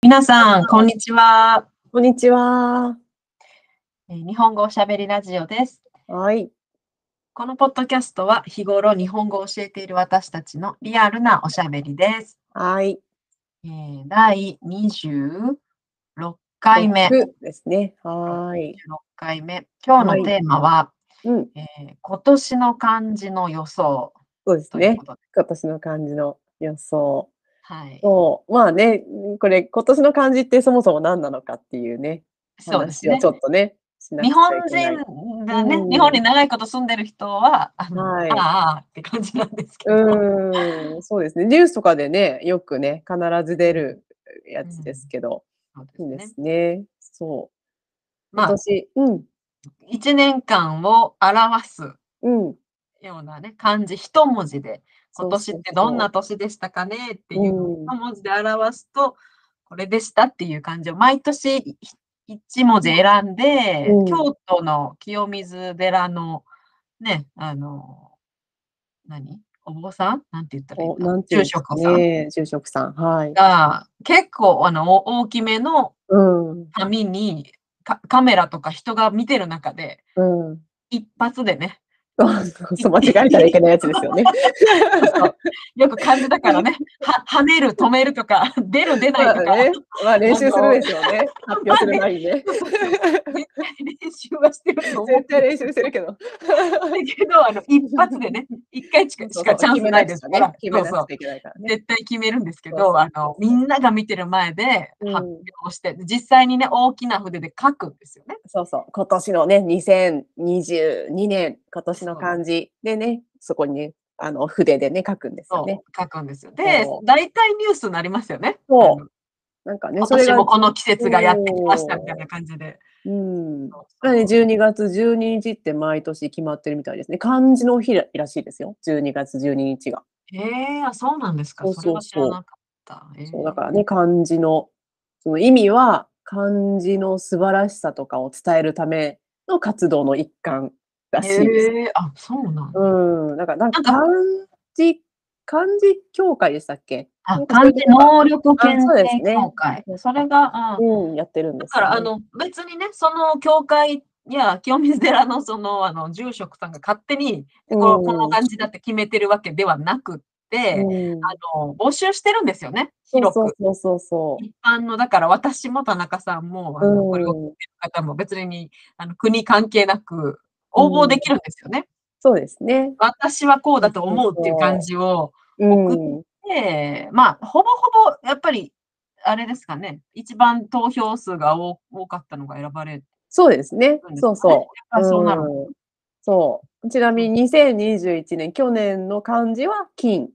皆さん、こんにちは。こんにちは。えー日本語おしゃべりラジオです。はい。このポッドキャストは日頃日本語を教えている私たちのリアルなおしゃべりです。はい。えー第26回目。六ですね。はい。 26回目。今日のテーマは、うん。えー今年の漢字の予想そうですというねこ。とで。今年の漢字の予想。はい。そう。まあね、これ、今年の漢字ってそもそも何なのかっていうね、そうです話ねをち。ょっとね、しなく日ち本ゃいけない人がね、うん日本に長いこと住んでる人は、あの、はいああああって感じなんですけど、うーん、そうですね。ニュースとかでね、よくね、必ず出るやつですけど、そうですいいねですね。そう。今まあ、年、うん、 1年間を表すうん。ようなね、漢字一文字で、そう今年そうってどんなそう年でしたかねっていうのをうん一文字で表すと、これでしたっていう感じを毎年い一文字選んで、うん京都の清水寺のね、あの、何お坊さんなんて言ったらいいおかなんていうん住ですか職さんね、住職さん。はい。が結構あのお大きめのうん。紙にかカメラとか人が見てる中でうん。一発でね、そうそう間違えたらいけないやつで すよね。よく漢字だからね、は跳ねる、止めるとか、 出る、出ないとまか、あね、まあ練習するでしょうね。発表する前にね。絶対練習はしてると思う絶対練習してるけど。けど、あの一発でね、一回しかしかチャンスないですから、決そめうなそうくちゃいけないからね。絶対決めるんですけそうそうど、あのみんなが見てる前でうん発表して、実際にね、大きな筆で書くんですよね。そうそう。今年のね、2022年、今年の漢字でね、そこにね、あの筆でね、書くんですそようね。書くんですよ。でそ、う大体ニュースになりますよね。そうあのなんかね、今それ年がも、この季節がやってきましたみたいな感じで。うん。だそうからね、12月12日って毎年決まってるみたいですね。漢字の日ららしいですよ。12月12日が。へえあそうなんですか。そうそれは知らそうそうなかった。えそうーだからね漢字のその意味は漢字の素晴らしさとかを伝えるための活動の一環らしいです。へえあそうなんだ。うん、なんかなんかな漢字漢字協会でしたっけ？あなんかそうい漢う字ことが能力検あそうです定ね協会。それが、うんうん、やってるんでだすからあよね、の別にね、その教会や清水寺のそのあの住職さんが勝手にこの,、この感感じだって決めてるわけではなくって、うん、あの募集してるんですよね、そう広く。そうそうそうそ一般の、だから私も田中さんも、あう。のこれを聞いてうん、る方も別にあの国関係なく応募できるんですよね。そうですね。私はこうだと思うっていう感じを、うん、で、まあ、ほぼほぼ、やっぱり、あれですかね、一番投票数が多多かったのが選ばれるんでそうですすねかね。そうそう。やっぱりそうなの。うんそう。ちなみに2021年、去年の漢字は金。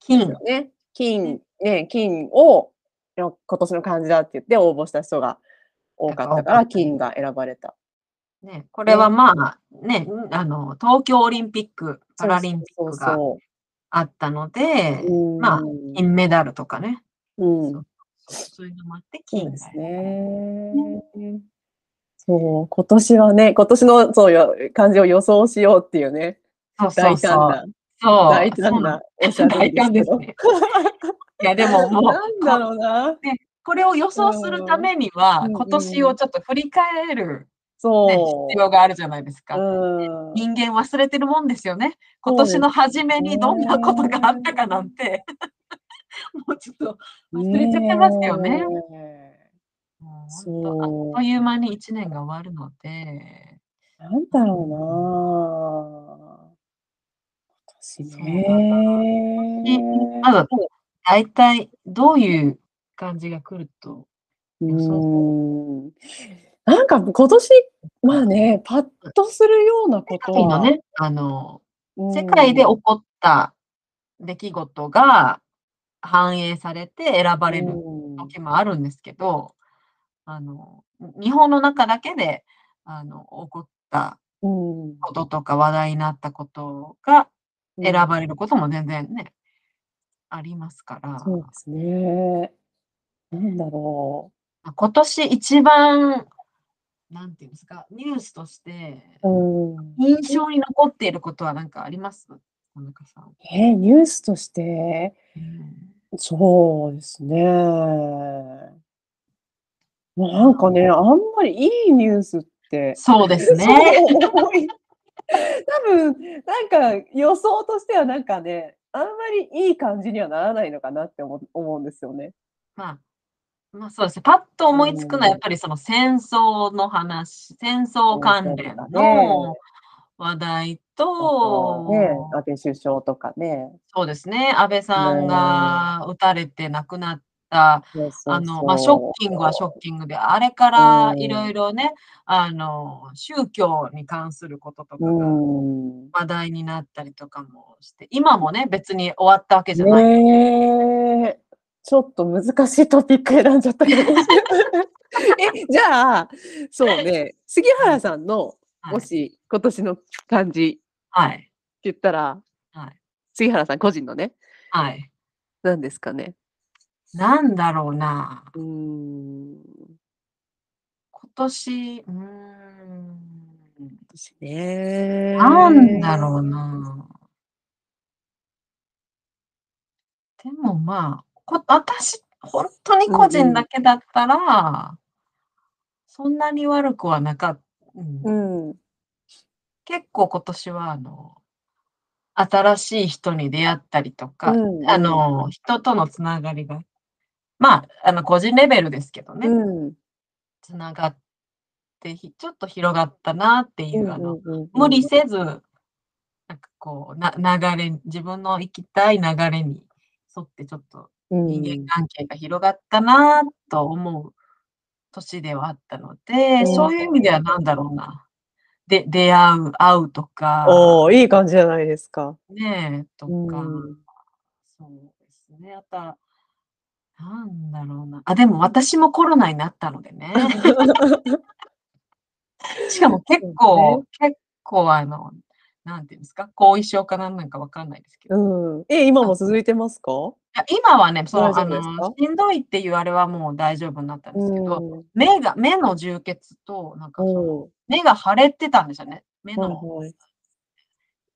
金。ね、金、ね、金をいや今年の漢字だって言って応募した人が多かったかやっぱ多かったら、金が選ばれた。ね、これはまあ、ね、あの、東京オリンピック、パラリンピックがそあったのでうそう、そう。まあうん金メダルとかね、うん、そうそういうのもあって、そう金ですが選ばれるね。そう、今年はね、今年のそうよ漢字を予想しようっていうね、そうそ大うそう。胆な、そう。大そ胆うなな、おしゃべ大りです胆けですど。ね。 いや、でももう、 なんだろうな。これを予想するためには、うん今年をちょっと振り返る、ねそ必要があるじゃないですう。か。うん人間忘れてるもんですよね。今そうです年の初めにどんなことがあったかなんて、 もうちょっと忘れちゃってますよね。えもうそう本当あっという間に1年が終わるので、なんだろねうなぁ。今年ね。まだ大体どういう感じが来ると、うーん。なんか今年、まあね、パッとするようなこ世と界のは、ね、あの、うん世界で起こった出来事が反映されて選ばれるうん時もあるんですけど、あの日本の中だけであの起こったうんこととか話題になったことが選うんばれることも全然ね、ありますから、そうですね。なんだろまあ今年一番なんていうんですかニュースとしてう。うん、印象に残っていることは何かあります田中さん、えーニュースとして、そうですね。なんかね、あんまりいいニュースって、そうですね。そう多い多分、なんか予想としてはなんかね、あんまりいい感じにはならないのかなって思思うんですよね。まあ、まあそうですね。パッと思いつくのはうんやっぱりその戦争の話、戦争関連そうだのね話題あとと、ね、安倍首相とかね。そうですね、安倍さんが撃たれて亡くなった、そうそうあの、まあ、ショッキングはショッキングで、あれかうらんいろいろね、あの、宗教に関することとかうがん。話題になったりとかもして、今もね、別に終わったわけじゃない。ねえ、ちょっと難しいトピック選んじゃったけど。え、じゃあ、そうね、杉原さんの、はいもし今年の漢字ってはい。言ったら、はい杉原さん個人のね、はい。何ですかね。なんだろうな。うーん、今年、うーん、私ね。なんだろう。な。でもまあ、こ私、本当に個うんう人んだけだったら、そんなに悪くはなかった。うんうん。結構今年は、あの、新しい人に出会ったりとか、うんあの、人とのつながりが、まあ、あの、個人レベルですけどね、うん。つながってひ、ちょっと広がったなっていう、あの、うんうん無理せず、なんかこう、な流れ、自分の行きたい流れに沿ってちょっとうん人間関係が広がったなと思う年ではあったので、うんそういう意味では何だろうな。で、出会う、会うとか、おーいい感じじゃないですか。ねえ、とか、うんそうですね。あとは、なんだろうな。あ、でも私もコロナになったので ね。しかも結構、結構あの、なんていうんですか、後遺症かなんなんかわかんないですけど。いうん、え、今も続いてますかや今はね、その、あ大丈夫ですかの、しんどいっていうあれはもう大丈夫になったんですけど、うん目が、目の充血と、なんかその、おー目が腫れてたんですよね。目はいの、はい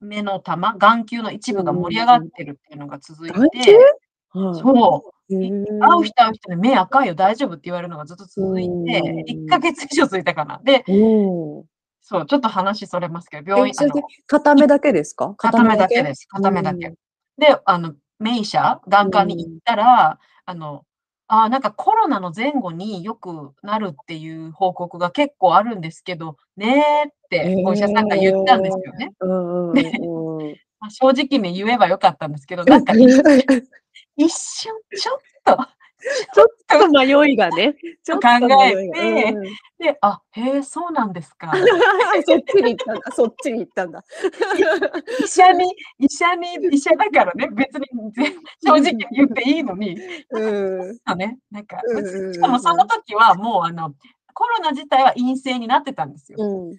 目の玉、眼球の一部が盛り上がってるっていうのが続いて、眼球はいそう、へー会う人会う人で目赤いよ、大丈夫って言われるのがずっと続いて、うん1ヶ月以上続いたかな。で、おーそう、ちょっと話それますけど、え病院、それあでの片目だけですか。片目だけですす。片目だけうん。で、あの、名医者、眼科に行ったら、あの、あーなんかコロナの前後によくなるっていう報告が結構あるんですけど、ねーってお医者さんが言ったんですよね。うんうんうん。まあ正直に言えばよかったんです けど、なんか一瞬、ちょっと、ちょっと迷いがね、 ちょっと迷いが考えてうんうんで、あ、へえ、そうなんですか。 そっちに行ったんだ、そっちに行ったん だ。医者に、医者に、医者だからね、別に全正直に言っていいのに、うん。そうね、なんか、うんうんうんうんしかもその時はもうあの、コロナ自体は陰性になってたんですよ。うん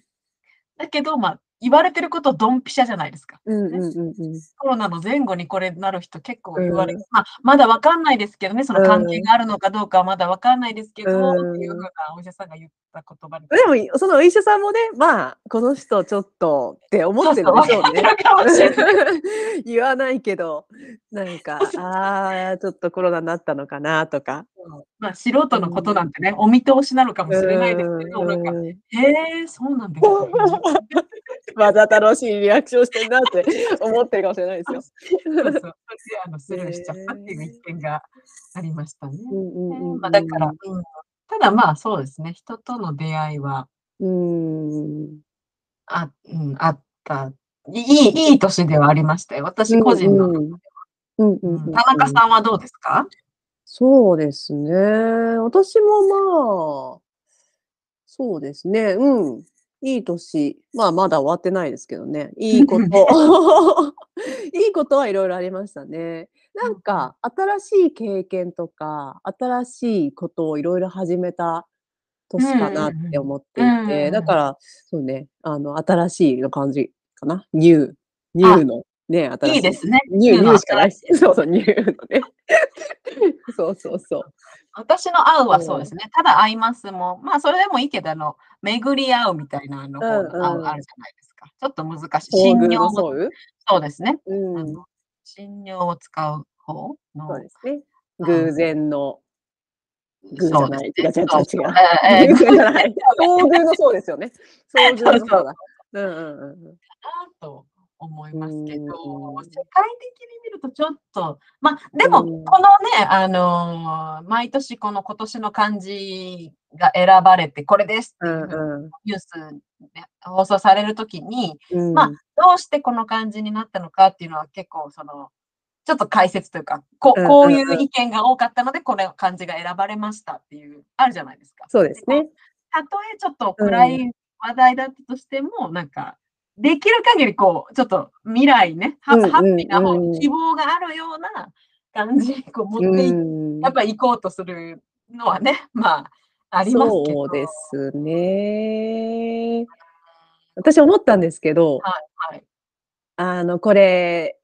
だけど、まあ、言われてることドンピシャじゃないですか。うんうんうんうん。コロナの前後にこれなる人結構うん言われ、まあ、まだわかんないですけどね、その関係うんがあるのかどうかはまだわかんないですけど、うんっていうふうなお医者さんが言った言葉に。でも、そのお医者さんもね、まあ、この人ちょっとって思ってるそうそでしうょわかうってね。 るかもしれない。言わないけど、なんか、 ああ、ちょっとコロナになったのかなとか。まあ、素人のことなんてね、お見通しなのかもしれないですけど、うなんんか、うん へえ、 そうなんですか。わざとらしいリアクションしてんなって思ってるかもしれないですよ。そうそう。それであのスルーしちゃったっていう一見がありましたね。うんうんうんまあ、だから、うんただまあそうですね、人との出会いはうん。あ,、うん、あったいい、いい年ではありましたよ。私個人の。うんうんうんうんうん田中さんはどうですか、そうですね。私もまあ、そうですね。うん。いい年。まあ、まだ終わってないですけどね。い いこと。 いいことはいろいろありましたね。なんか、新しい経験とか、新しいことをいろいろ始めた年かなって思っていうんうんうんうんうて、んだから、そうね、あの、新しいの感じかな。ニュー、ニューの。ね、新しい。いいですね。ニュー、ニューしかない新しい。そうそう、ニューのね。 そうそうそう。私の会うはそうですね。ただ会いますも、まあそれでもいいけど、あの、巡り合うみたいなあの、うんうんこうああるじゃないですか。ちょっと難しい。新信宮用のもソウルそうですね。あうん。の信用を使う方のそうですね。ん偶然のグーじゃない。違う違う違うそうです違えう。ーえ ーグーじゃない。遭遇のそうですよね。遭遇のそうだ。うんうんうんうん。なと思いますけど、うん世界的に見るとちょっと、まあ、でも、うこのんね、あのー毎年この今年の漢字が選ばれて、これですってういうんうんニュースで放送されるときに、うん。まあどうしてこの漢字になったのかっていうのは結構、その、ちょっと解説というか、こうんこういうんううん意見が多かったので、これ漢字が選ばれましたっていう、あるじゃないですか。そうですね。たとえちょっと暗い話題だったとしても、なんか、できる限りこう、ちょっと未来ね、ハうんうんハッピーな方うんうにん希望があるような感じにこう持うってい、んやっぱ行こうとするのはね、まあ、ありますけど。そうですね。私思ったんですけど、はい。あの、これ、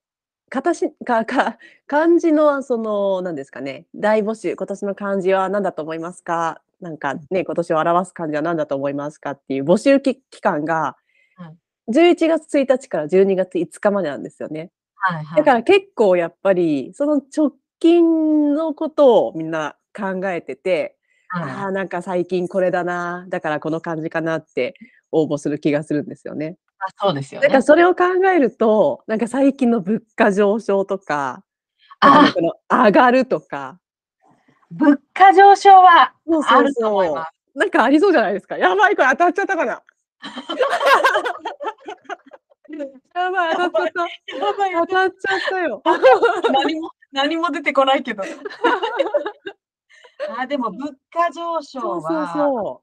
形、か、か、漢字の、その、何ですかね、大募集、今年の漢字は何だと思いますかなんかね、今年を表す漢字は何だと思いますかっていう募集期期間がは、 11月1日から12月5日までなんですよね。はい、はい。だから結構やっぱり、その直近のことをみんな考えてて、はいああ、なんか最近これだな、だからこの感じかなって応募する気がするんですよね。あそうですよだね。からそれを考えると、なんか最近の物価上昇とか、なんあか、この上がるとか、物価上昇はそうあそうると思いそます。う、なんかありそうじゃないですか。やばい、これ当たっちゃったか な。やばい、当たっちゃった。やばい当たっちゃったよ。 何も、何も出てこない けど。あ、でも物価上そ昇うそうはそ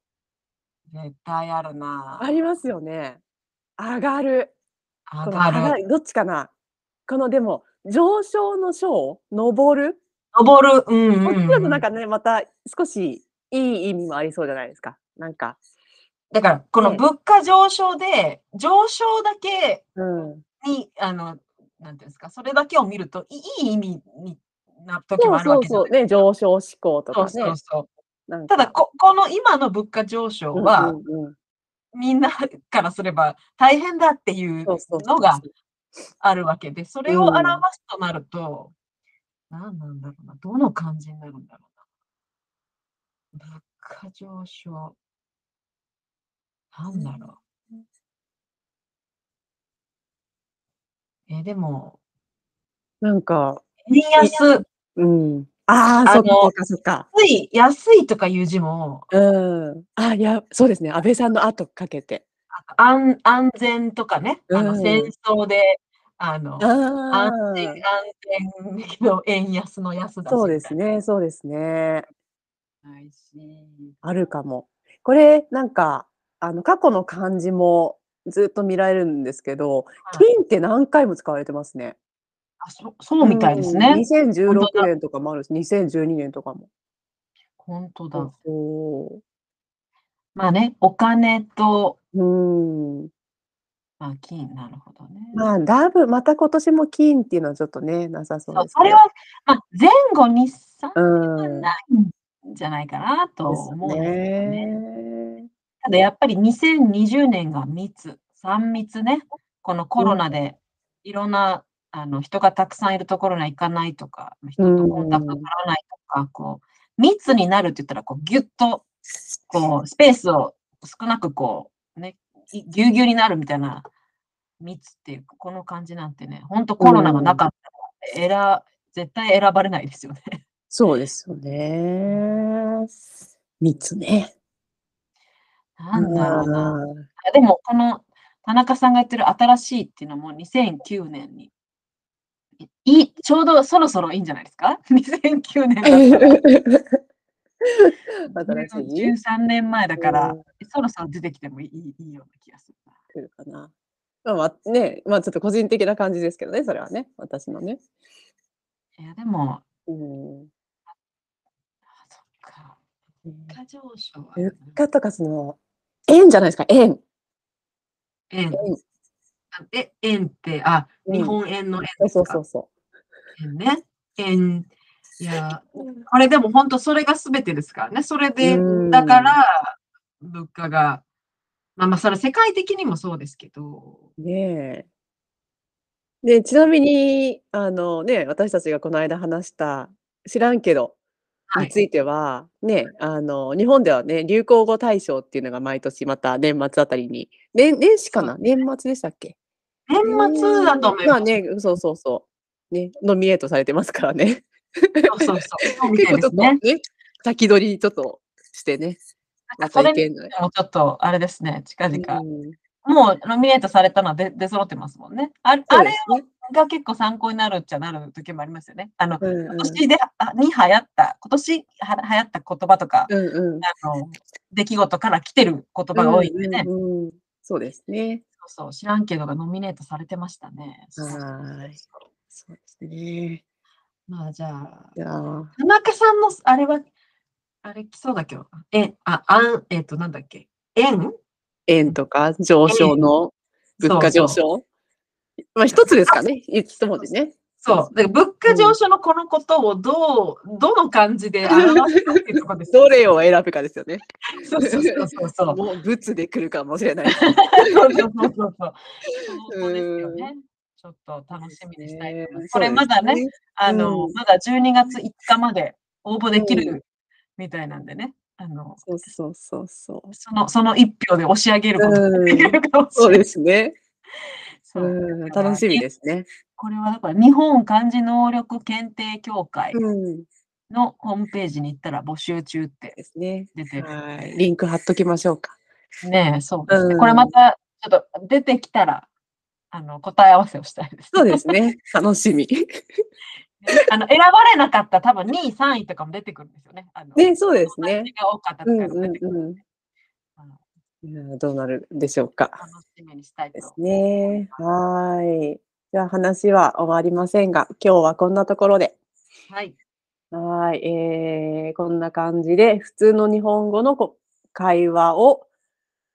う。絶対あるな。ありますよね。上がる。こ上のが上がる。る。どっちかなこのでも、上昇の昇、上る登る。うんこっうちんだうとん。なんかね、また少しいい意味もありそうじゃないですか。なんか、だから、このね物価上昇で、上昇だけうん、に、あの、なんていうんですか、それだけを見ると、いいい意味にな時そもうあるわそけうじゃなそう、いね、上昇志向とかそうね。そうそう。なんたかだこ、この今の物価上昇うんは、うんうんみんなからすれば大変だっていうそうそうそうのがあるわけで、それをうん表すとなると、何なんだろうな、どの感じになるんだろうな。物価上昇。なんだろう。えーでも、なんか、円安、うん。ああ、あそっのかそっか。安い、安いとかいう字も、うん。あいや、そうですね。安倍さんの後かけて。安安全とかね、あうのん戦争で、あの、あ安全、安あ、全だけど、円安の安だし。そうですね、そうですね。ないし。あるかも。これ、なんか、あの、過去の漢字もずっと見られるんですけはど、い金って何回も使われてますね。あそそうみたいですね。うん2016本当だ年とかもあるし、2012年とかも。本当そうだ。そまあね、お金と、う。うん。まあ、金、なるほどね。まあ、だいぶ、また今年も金っていうのはちょっとね、なさそうそうですあけれど。は、まあ、前後に3うん。でないんじゃないかなとす思うんですけどね。ね。ただやっぱり2020年が密、3密ね、このコロナでいろんな、あの人がたくさんいるところには行かないとか、人とコンタクト取らないとか、こう密になるって言ったらこうギュッとこうスペースを少なくこう、ね、いぎゅうぎゅうになるみたいな密っていうかこの感じなんてね、本当コロナがなかったら、えら絶対選ばれないですよね。そうですよね。密ね。なんだろうな。うん。あでも、この田中さんが言ってる新しいっていうのも2009年に。いいいちょうどそろそろいいんじゃないですか ?2009 年だったら。新しい13年前だからう、そろそろ出てきてもいいいいような気がするな。来るかな。まあ、まあ、ね、まあちょっと個人的な感じですけどね、それはね、私のね。いや、でも、うん、あそっか。物価上昇はな。物価とかその、円じゃないですか、円。円円あえ円って、あ、うん日本円の円そうですそうかそうそ円ね。円。いや、あれでも本当それが全てですからね。それでうん、だから物価が、まあまあそれ世界的にもそうですけど、う。ねえ。で、ちなみに、あのね、私たちがこの間話した、知らんけど、はにいついては、ね、あの、日本ではね、流行語大賞っていうのが毎年また年末あたりに、年、年始かな年末でしたっけ年末だと思いままあす。ね、そうそうそう。ね、ノミネートされてますから ね。そうそうそう。そうみ結たいで構ちょすっとねね。、先取りちょっとしてね、なんまかそたれいにけつない。いてもちょっと、あれですね、近々。うんもうノミネートされたのは出出揃ってますもんね。あれそうあでれすね。が結構参考になるっちゃなる時もありますよね。あの、うん今年で、あに流行った、今年は流行った言葉とか、うんうんうん。あの、出来事から来てる言葉が多いんでね。うんうんそうですね。そうそう、知らんけどがノミネートされてましたね。そうそうそうはいそうですね。まあじゃあ、いやー田中さんの、あれは、あれ来そうだけど、え、あ、あん、えっ、と、なんだっけ、円円とか上昇の物価上昇。そうまあ一つですかね。一文字ね。そう。だから物価上昇のこのことをどう、どの感じで表すかっていうところです。どれを選ぶかですよね。そうそうそうそう そう。もう物で来るかもしれない。そうそうそうそうそう。そこですよね。ちょっと楽しみにしたいと思います。これまだね、。あの、うんまだ12月5日まで応募できうんるみたいなんでね。あの、そうそうそうそう。その、その一票で押し上げることがうできん、るかもしれそなうい。ですね。そううん、楽しみですね。これはだから日本漢字能力検定協会うん、のホームページに行ったら募集中ってですね。出てる。はい、リンク貼っときましょうか。ねえ、そうですね。うんこれまた、ちょっと出てきたら、あの、答え合わせをしたいです、そうですね。楽しみ。あの、選ばれなかった多分2位、3位とかも出てくるんですよね。あの、ね、そうですね友達。が多かったとうかんも出てくる、うんあのうんいやー。どうなるでしょうか。楽しみにしたいとですね。はーい。じゃあ話は終わりませんが、今日はこんなところで。はい。はーい、えーこんな感じで、普通の日本語のこ会話を、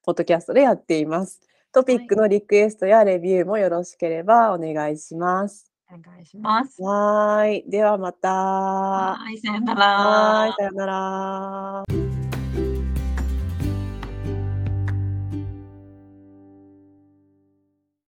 ポッドキャストでやっています。トピックのリクエストやレビューもよろしければお願いします。お願いします。はーい。ではまた。はい、さよなら。はーい。さよなら。